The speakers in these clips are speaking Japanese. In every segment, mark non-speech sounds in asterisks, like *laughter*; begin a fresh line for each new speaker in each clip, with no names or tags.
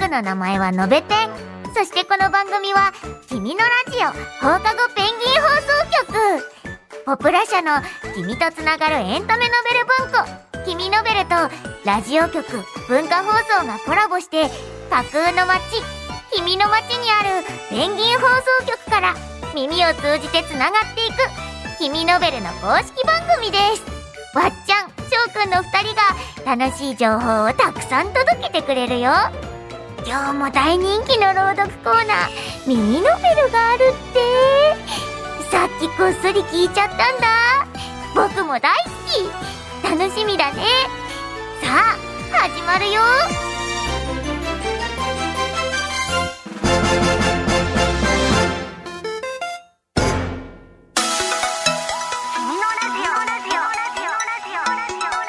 ムの名前はのべてんそしてこの番組は「君のラジオ放課後ペンギン放送局」ポプラ社の「君とつながるエンタメノベル文庫」「君ノベル」とラジオ局文化放送がコラボして架空の街「君の街」にあるペンギン放送局から耳を通じてつながっていく「君ノベル」の公式番組ですわっちゃん翔くんの2人が楽しい情報をたくさん届けてくれるよ今日も大人気の朗読コーナー「ミニノベル」があるってさっきこっそり聞いちゃったんだ僕も大好き楽しみだねさあ始まるよ
君のラジオ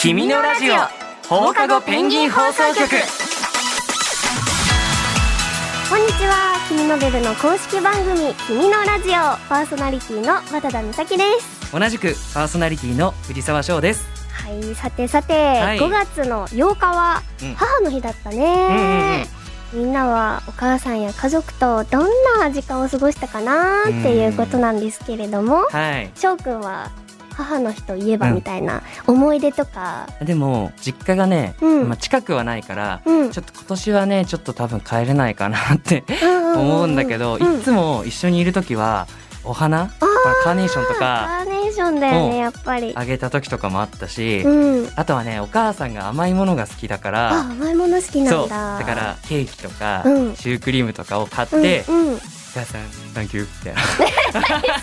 君のラジオ放課後ペンギン放送局
こんにちは君ノベルの公式番組君のラジオパーソナリティの渡田美咲です
同じくパーソナリティの藤沢翔です
はいさてさて、
い
5月の8日は
うん
母の日だった
うんうん
ね、みんなはお母さんや家族とどんな時間を過ごしたかなっていうことなんですけれども
はい
翔くんは母の日といえば
うん
みたいな思い出とか
でも実家がね、
うん
まあ近くはないから、
うん
ちょっと今年はねちょっと多分帰れないかなって思うんだけど、
うん
いつも一緒にいる時はお花、まあカーネーションとか
カーネーションだよ
うん
ねやっぱり
あげた時とかもあったし、
うん
あとはねお母さんが甘いものが好きだから
あ甘いもの好きな
そ
ん
う
だ
だからケーキとか、
うん
シュークリームとかを買って、
うんうん
お母さんサンキューみたいな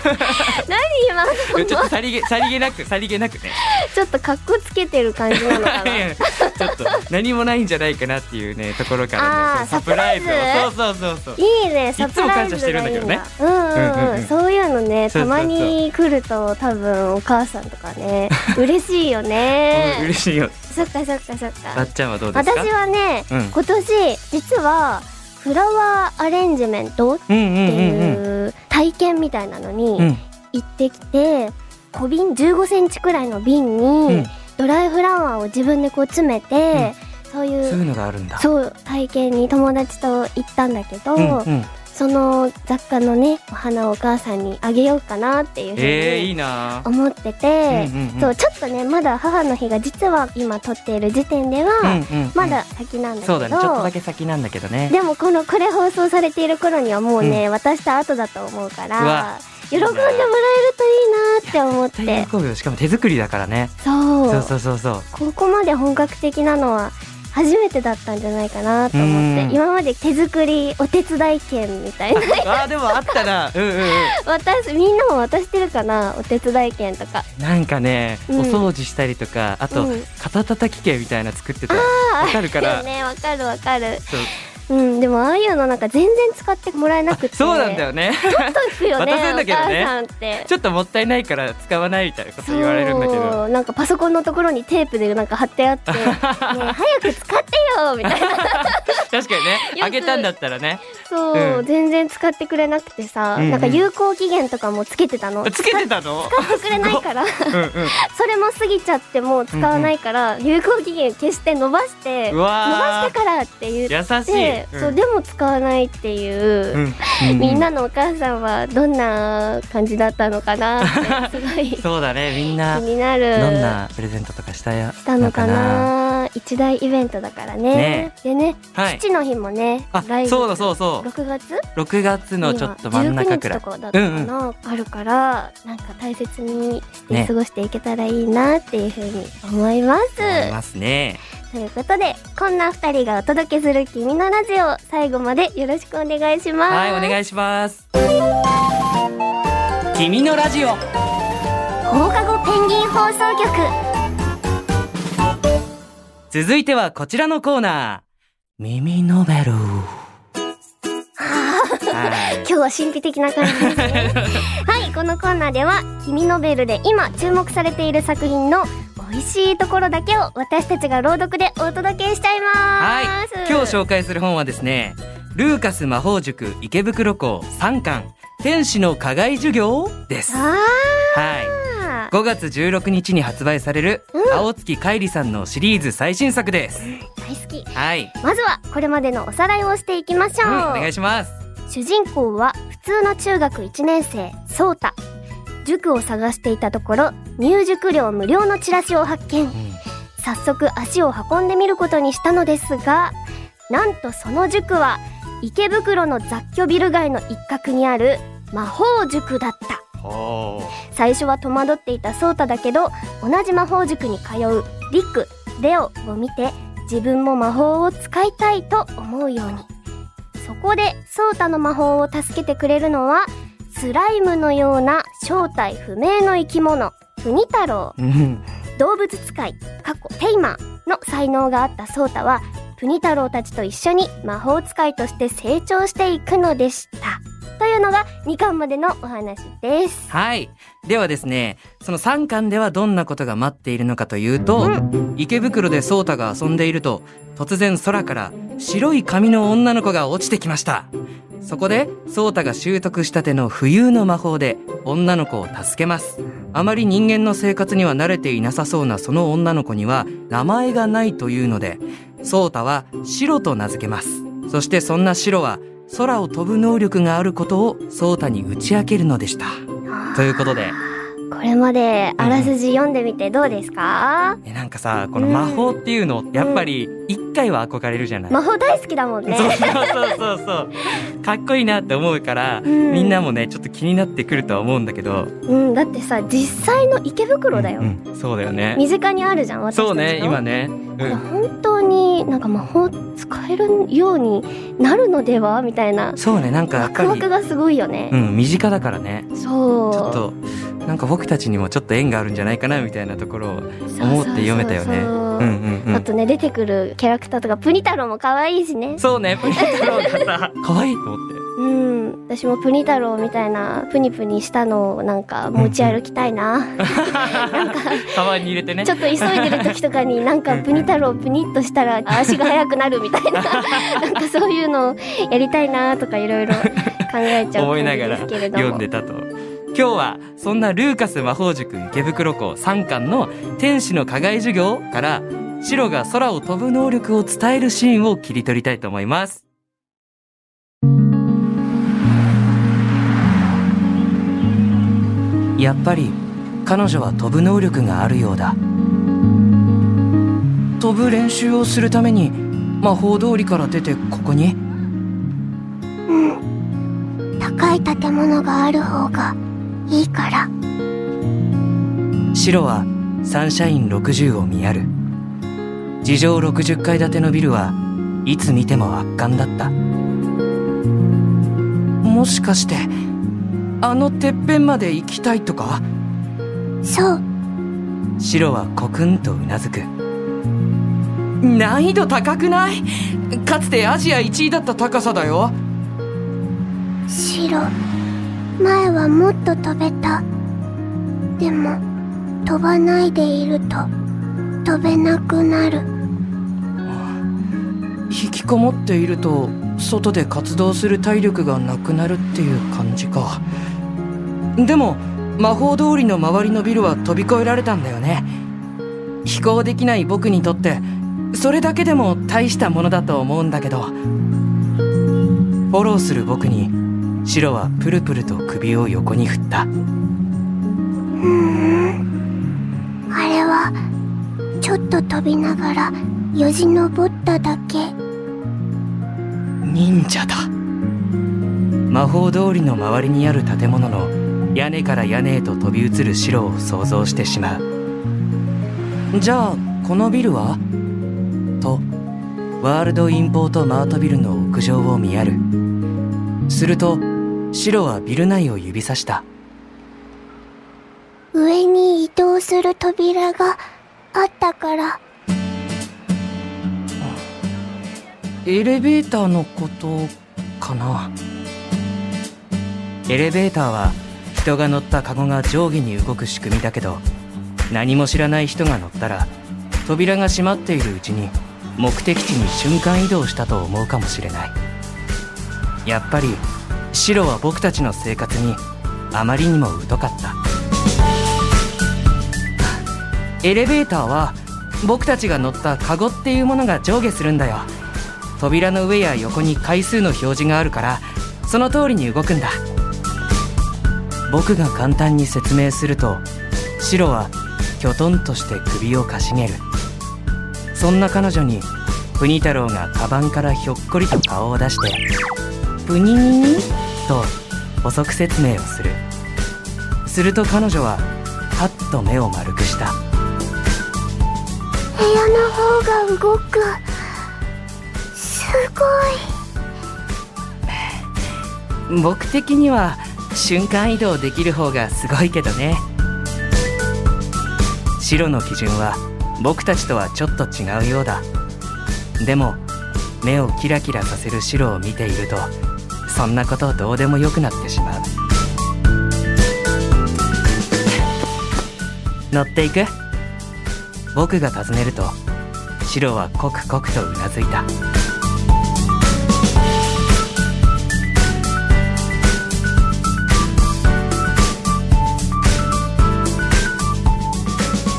今の
ちょっとさりげさりげなくさりげなくね
ちょっと格好つけてる感じなの
*laughs*
かな。
ちょっと何もないんじゃないかなっていうねところからの
あー
そうサプライズを
サプライズ
そうそうそうそう
いいね、
つも
サプライズがいいん
感
だ。
謝してるんだ
うん
うん
うん
う
うんん、そういうのね、
そう
た
そうそう
まに来ると多分お母さんとか
*laughs*
ね、嬉しいよ
うん
ね。
嬉しいよ
そっかそっかそっ
ば
か
っ。ちゃんはどうです
私
か
はね、
うん
今年実はフラワーアレンジメントっ
うんうん
て
うんうん
いう体験みたいなの
う
に
ん
行ってきて、小瓶15センチくらいの瓶
うん
にドライフラワーを自分でこう詰めて、そうい
そう
う
いうのがあるんだ
そう体験に友達と行ったんだけど、
うんうん
その雑貨のねお花をお母さんにあげようかなっていうふ
えー
う
い
に
いな
思ってて、
うんうんうん
そうちょっとねまだ母の日が実は今撮っている時点では、
うんうんうん
まだ先なんだけ
そ
ど
うだねちょっとだけ先なんだけどね
でもこのこれ放送されている頃にはもうね、渡した後だと思うか
うわ
ら喜んでもらえるといいなって思っ
絶対
て
喜ぶよしかも手作りだからね
そう
そうそうそう
*laughs*
そう
ここまで本格的なのは初めてだったんじゃないかなと思っ
うん
て今まで手作りお手伝い券み
*laughs*
たいな
あーでもあったなうんうんうん
渡すみんなも渡してるかなお手伝い券とか
なんかね、
うん
お掃除したりとかあと、
うん
肩たたき系みたいな作ってたわかるか
よ
ら、
ねわかるわかる
そう
うんでもああいうのなんか全然使ってもらえなく
*laughs*
て
そうなんだ
よ
よね
届くよね
渡せんだけどね
お母さんって
ちょっともったいないから使わないみたいなこと言われるんだけど
そうなんかパソコンのところにテープでなんか貼ってあっ
*laughs*
てねえ早く使ってよみたいな
確かにね
よく
あげたんだったら
*laughs*
ね
そう、
うん
全然使ってくれなくてさ、
うんうん
なんか有効期限とかもつけて
*laughs*
たの
つけてたの
使ってくれないから
うんうん
それも過ぎちゃってもう使わないから、有効期限消して伸ばして
う
伸ば
わ
してからって言って
ー優し
で
い、
そうでも使わないっていう、
うんうん
みんなのお母さんはどんな感じだったのかなって
*laughs*
すごい気
そうだねみんな
になる
どんなプレゼントとかしたや
したのかな一大イベントだからね
ね
でね、
はい
父の日もね
あ
来
そうだ
う
そうそう
6月
6月のちょっと真ん中くらい
19日とかだったかな、あるからなんか大切にして
ね
過ごしていけたらいいなっていうふうに思います、
思いますね
ということでこんな二人がお届けする「君のラジオ」最後までよろしくお願いします。
はいお願いします君のラジオ
放課後ペンギン放送局
続いてはこちらのコーナー。耳ノベル。はい
今日は神秘的な感じですね
*laughs*
はいこのコーナーでは「君ノベル」で今注目されている作品の美味しいところだけを私たちが朗読でお届けしちゃいます、
はい。今日紹介する本はですね、ルーカス魔法塾池袋校3巻、天使の課外授業です。
あ
はい。 5月16日に発売される、青月海里さんのシリーズ最新作です。
大好き
はい。
まずはこれまでのおさらいをしていきましょ
う
う、
ん、お願いします。
主人公は普通の中学1年生ソータ塾を探していたところ入塾料無料のチラシを発見
うん
早速足を運んでみることにしたのですがなんとその塾は池袋の雑居ビル街の一角にある魔法塾だった
おー
最初は戸惑っていたソータだけど同じ魔法塾に通うリックレオを見て自分も魔法を使いたいと思うようにそこでソータの魔法を助けてくれるのはスライムのような正体不明の生き物プニ太郎
うん。
動物使いかっこテイマーの才能があったソータはプニ太郎たちと一緒に魔法使いとして成長していくのでしたというのが2巻までのお話です
はい。ではですね、その3巻ではどんなことが待っているのかというと、池袋でソータが遊んでいると、突然空から白い髪の女の子が落ちてきました。そこで、ソータが習得したての浮遊の魔法で、女の子を助けます。あまり人間の生活には慣れていなさそうなその女の子には、名前がないというので、ソータはシロと名付けます。そしてそんなシロは、空を飛ぶ能力があることをソータに打ち明けるのでした。ということで、
これまであらすじ読んでみてどうですか、
えなんかさこの魔法っていうのやっぱり一回は憧れるじゃない、
魔法大好きだもん
*laughs*
ね
そうそうそうそうそうかっこいいなって思うから、
うん
みんなもねちょっと気になってくるとは思うんだけど
うんだってさ実際の池袋だよ、
うんうんそうだよね
身近にあるじゃん私たちの
そうね今ね、う
これ
ん、
本当になんか魔法使えるようになるのではみたいな
そうねなんかや
ワ
っ
ク
ぱ
ワ
り
クがすごいよね、
うん身近だからね
そう
ちょっとなんか僕たちにもちょっと縁があるんじゃないかなみたいなところを思って読めたよね
そうそうそう
うんうんう
あ
ん
とね出てくるキャラクターとかプニ太郎も可愛いしね
そうねプニ太郎が
*laughs*
さ可愛いと思って
うん私もプニ太郎みたいなプニプニしたのをなんか持ち歩きたいな、
カバンに入れてね
ちょっと急いでる時とかになんかプニ太郎プニっとしたら足が速くなるみたい
*laughs*
ななんかそういうのをやりたいなとかいろいろ考えちゃう
思い
ん
なが
で
ら
すけれども
読んでたと。今日はそんなルーカス魔法塾池袋校3巻の天使の課外授業からシロが空を飛ぶ能力を伝えるシーンを切り取りたいと思います。やっぱり彼女は飛ぶ能力があるようだ。飛ぶ練習をするために魔法通りから出てここに
高い建物がある方がいいから
白はサンシャイン60を見やる地上60階建てのビルはいつ見ても圧巻だったもしかしてあのてっぺんまで行きたいとか
そう
白はコクンとうなずく難易度高くないかつてアジア1位だった高さだよ
白前はもっと飛べたでも飛ばないでいると飛べなくなる
引きこもっていると外で活動する体力がなくなるっていう感じかでも魔法通りの周りのビルは飛び越えられたんだよね飛行できない僕にとってそれだけでも大したものだと思うんだけどフォローする僕にシロはプルプルと首を横に振った
あれはちょっと飛びながらよじ登っただけ
忍者だ魔法通りの周りにある建物の屋根から屋根へと飛び移る白を想像してしまうじゃあこのビルはとワールドインポートマートビルの屋上を見やるすると白はビル内を指さした
上に移動する扉があったから
エレベーターのことかなエレベーターは人が乗ったカゴが上下に動く仕組みだけど何も知らない人が乗ったら扉が閉まっているうちに目的地に瞬間移動したと思うかもしれないやっぱり白は僕たちの生活にあまりにも疎かったエレベーターは僕たちが乗ったカゴっていうものが上下するんだよ扉の上や横に回数の表示があるからその通りに動くんだ僕が簡単に説明するとシロはきょとんとして首をかしげるそんな彼女にプニ太郎がカバンからひょっこりと顔を出して「プニニニ」と補足説明をするすると彼女ははっと目を丸くした
部屋の方が動くすごい
僕的には瞬間移動できる方がすごいけどね白の基準は僕たちとはちょっと違うようだでも目をキラキラさせる白を見ているとそんなことどうでもよくなってしまう乗っていく僕が尋ねると白はコクコクとうなずいた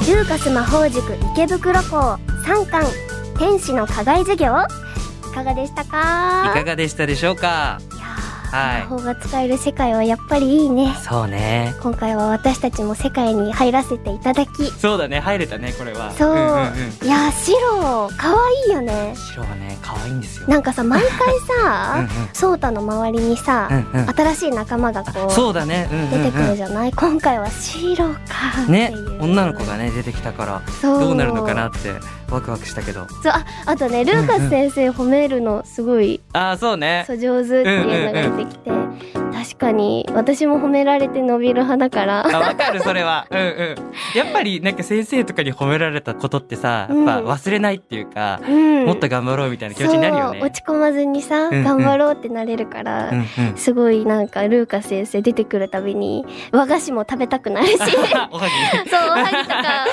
ルーカス魔法塾池袋校3巻天使の課外授業いかがでしたか
いかがでしたでしょうか
いやー
は
魔法が使える世界はやっぱりいいね
いそうね
今回は私たちも世界に入らせていただき
そうだね入れたねこれは
そう,、
んうんうん
いやー白かわいいよね
白はね可愛いんですよ
なんかさ毎回
うんう
さ
ん
ソータの周りにさ、
うんうん
新しい仲間がこう
そうだね、うんうんうん
出てくるじゃない、今回はシロかっていう
ね女の子がね出てきたから
そう
どうなるのかなってワクワクしたけど
そうああとねルーカス先生褒めるのすごい、
ああそうね
そう上手っていうのが出てきて、確かに私も褒められて伸びる派だから
*laughs* あわかるそれ
*laughs*
はうんうんやっぱりなんか先生とかに褒められたことってさやっぱ
うん
忘れないっていうか、
うん
もっと頑張ろうみたいな気持ちになるよね
そう落ち込まずにさ、
んうん
頑張ろうってなれるから、
うんうん
すごいなんかルーカス先生出てくるたびに和菓子も食べたくなる
*laughs*
しそう
*laughs* おは
おはぎとか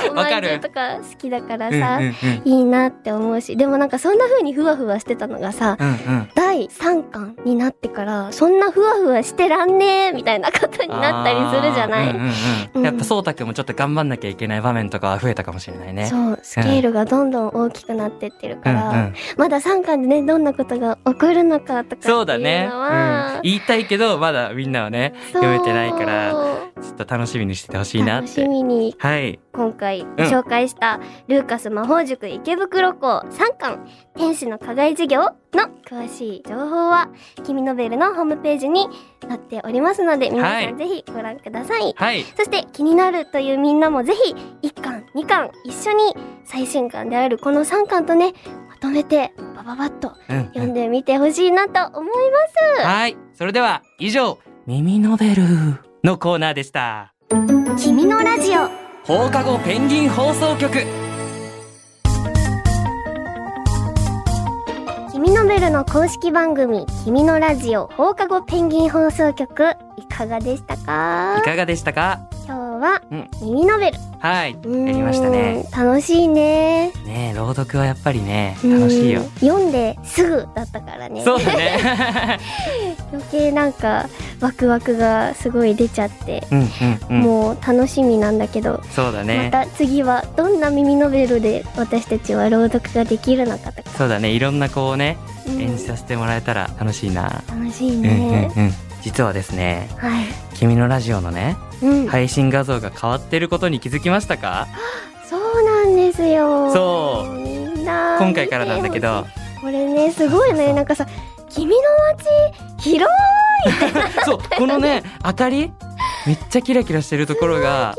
お
わ
ま
か
んじゅう
る
とか好きだから
ぎうん
さ、
うん
いいなって思うしでもなんかそんな風にふわふわしてたのがさ
うんうんうん
第3巻になってからそんなふわふわしてらんねえみたいなことになったりするじゃない、
あーうんうんうん
うん
やっぱそうたくんもちょっと頑張んなきゃいけない場面とかは増えたかもしれないね
そうスケールがどんどん大きくなってってる
う
か
んう
ら、
ん
まだ3巻でねどんなことが起こるのかとかっていうのは
そうだね、うん、言いたいけどまだみんなはね
そう
読めてないからちょっと楽しみにしててほしいなっ
楽してみに
はい
今回ご紹介した、ルーカス魔法塾池袋校3巻天使の課外授業の詳しい情報は君ノベルのホームページに載っておりますので皆さ
はい
んぜひご覧ください、
はい
そして気になるというみんなもぜひ1巻2巻一緒に最新巻であるこの3巻とねまとめてバババッと
うんうん
読んでみてほしいなと思います
はい。それでは、以上、耳ノベルのコーナーでした。
君のラジオ
放課後ペンギン放送局。
君のベルの公式番組「君のラジオ放課後ペンギン放送局」いかがでした
い
か
かがでしたか
今日は
うん
「耳のベル
はい。」
うーん
やりましたね。
楽しいね
ねえ、朗読はやっぱりね、楽しいよ
うん。読んですぐだったからね
そうだ
*laughs*
ね。
余計なんかワクワクがすごい出ちゃって、
うんうんうん。
もう楽しみなんだけど、
そうだね。
また次はどんな耳のベルで私たちは朗読ができるのかとか、
そうだね。いろんな子をね、
うん
演じさせてもらえたら楽しいな。
楽しい
うんうん
ね、
うん。実はですね、
はい、
君のラジオのね、 *laughs*
うん
配信画像が変わってることに気づきましたか
そうなんですよ
そ
みんな
今回からなんだけど
見て。ほしいこれねすご
そう
い
そうそ
ね
う
なんかさ「君の街広い!」
そう、このね、明かりめっちゃキラキラしてるところ *laughs* が、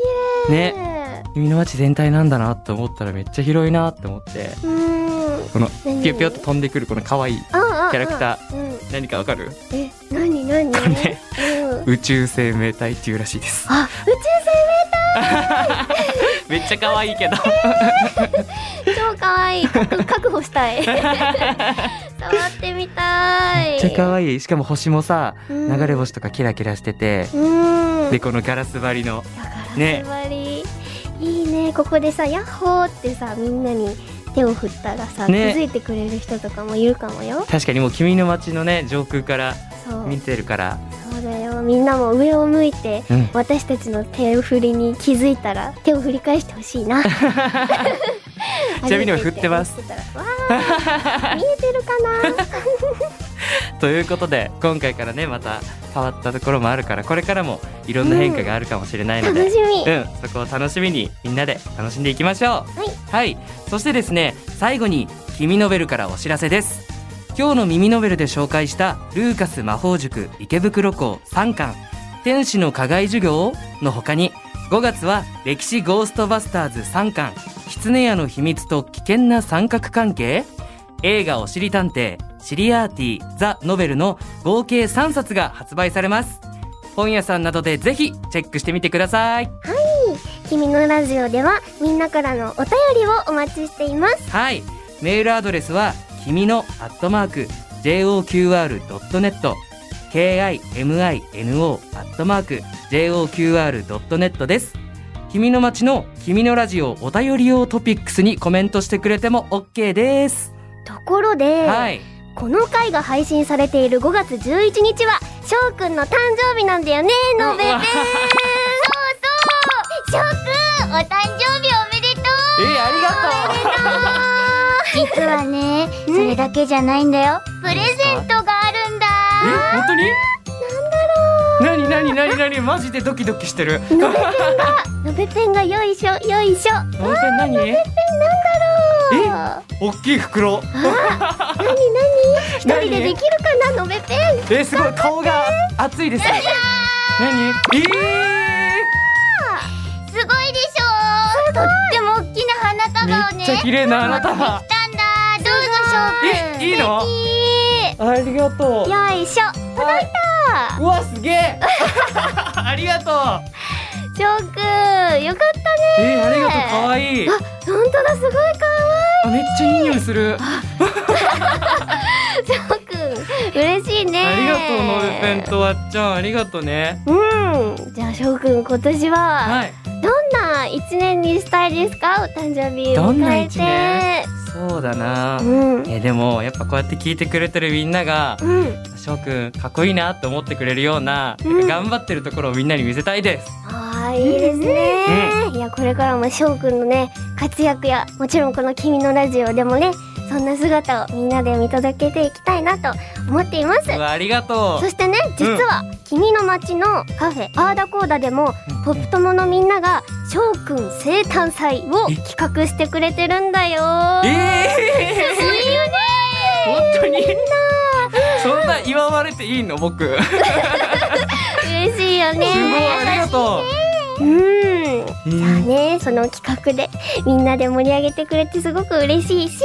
ね、
ね
君の街全体なんだなって思ったらめっちゃ広いなって思って、
うーん
この
何
ピョピョっと飛んでくるこの可愛い
ああああ
キャラクタ
うん
何かわかる
え何何
これね
うん
宇宙生命体っていうらしい *laughs* です。
あ宇宙
めっちゃ可愛い *laughs* けど。
船超可愛い *laughs* 確確保し
*laughs*
たい触ってみたい
めっちゃ可愛い。しかも星もさ、
うん
流れ星とかキラキラしてて、
うーん
で、このガラス張りの。
だから
ね
ねいいねここでさ「ヤッホー!」ってさみんなに手を振ったらさ、
ね
気づいてくれる人とかもいるかもよ
確かにもう君の街のね、上空から
そう
見てるから、
そうだよみみんなも上を向いて、
うん
私たちの手振りに気づいたら手を振り返してほし
*laughs*
いな
ちなみに今振ってます
歩いててわ
*laughs*
ー見えてるかな
ということで今回からねまた変わったところもあるからこれからもいろんな変化があるかもしれないので、
楽しみ、
うん、そこを楽しみにみんなで楽しんでいきましょうはい、そしてですね最後に「君ノベル」からお知らせです今日の「耳ノベル」で紹介した「ルーカス魔法塾池袋校3巻天使の課外授業」の他に5月は「歴史ゴーストバスターズ3巻狐屋の秘密と危険な三角関係」映画「おしり探偵」「シリアーティザ・ノベル」の合計3冊が発売されます本屋さんなどでぜひチェックしてみてください
君のラジオではみんなからのお便りをお待ちしています
はい、メールアドレスは君のアットマーク joqr.net kimino アットマーク joqr.net です。君の街の君のラジオお便り用トピックスにコメントしてくれても OK です。
ところで、
はい、
この回が配信されている5月11日は翔くんの誕生日なんだよねのべべ
うわ
そう翔くんお誕生日おめでとう
えー、ありがと
実はね、それだけじゃないんだよ。プレゼントがあるん
う。
だ。
え、本当に？なんだろう。なになになになにマジでドキドキしてる。
のべペンが *laughs* のべペンがよいしょよいしょ
本当に何？え、
な
大きい袋。
になに一人でできるかなのべペン
えー、すごい顔が熱いです。何？え
すごいでしょとっても大きな花
ー、め
束をね。
っちゃ綺麗なあな
持ってきたんだ。どうぞ翔
た。
くん。
え、いいの？
いい
ありがとう。
よいしょ
届いた。うわ、すげえ。ありがとう。
翔くんよかったね
えー、ありがとう。可愛いい。
あ本当だすごいか
あ、めっちゃいい匂いする。あ
わいい翔くん嬉しいね
りがとう、ノルペンとわっちゃん、ありがとうね。
うんじゃあ翔くん今年は
はい。
どんな一年にしたいですかお誕生日を
どんな
迎え
一
て
年そうだな
う。ん
えー、でも、やっぱこうやって聞いてくれてるみんなが。
うん
翔くんかっこいいなって思ってくれるような、
うん
頑張ってるところをみんなに見せたいです
あーいいですね、いやこれからも翔くんのね活躍やもちろんこの「君のラジオ」でもねそんな姿をみんなで見届けていきたいなと思っています
うわありがと
そしてね実は「君の街のカフェアーダコーダ」でも
う
ポップ友のみんなが翔くん生誕祭を
え
企画してくれてるんだよ
え
いいよ
え
ね
ー、本当にそんな祝われていいの僕すごい
嬉しいよね
ありがと
うん
う、うん
じゃあねその企画でみんなで盛り上げてくれてすごく嬉しいし、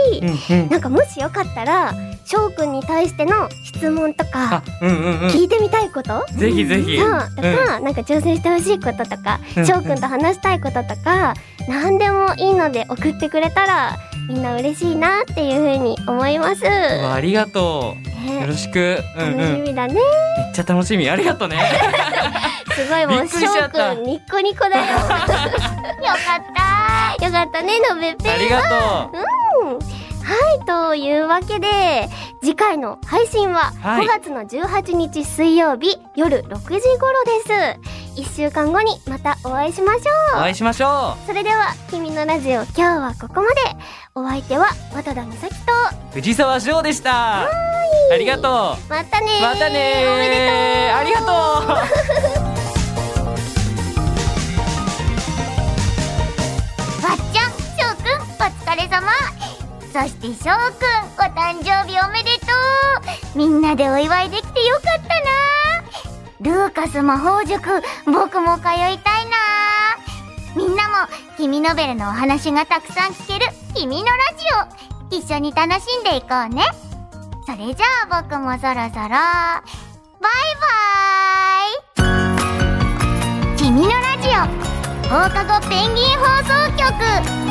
うんうん
なんかもしよかったら翔くんに対しての質問と
あ
か
うんうんうん
聞いてみたいこと、
ぜひぜひ、、
そううんとか、なんか挑戦してほしいこととか
うん
翔くんと話したいこととか何でもいいので送ってくれたらみんな嬉しいなっていうふうに思います。
うわありがとうよ
ね
ろしくうんうん
楽し
めっ
みだね、
ちゃ楽しみありがとうね
すごいも
び
う
っくりしちゃ
翔
っ
く
た
んニッコニ
*laughs*
コだよ
よかった。
よかったねのべっぺ
ありがとう
はい、というわけで、次回の配信は
はい
5月の18日水曜日夜6時頃です。1週間後にまたお会いしましょ
お会いしましょ
う。それでは、君のラジオ今日はここまで。お相手は渡田美咲と、
う藤沢翔でしたありがとう
またねー
またねー
おめでとう
ありがとう
わっちゃん、翔くん、お疲れ様。そして翔くん、お誕生日おめでとう。みんなでお祝いできてよかったな。ルーカス魔法塾、僕も通いたいな。みんなも、君ノベルのお話がたくさん聞ける、君のラジオ、一緒に楽しんでいこうね。それじゃあ僕もそろそろ、バイバイ君のラジオ放課後ペンギン放送局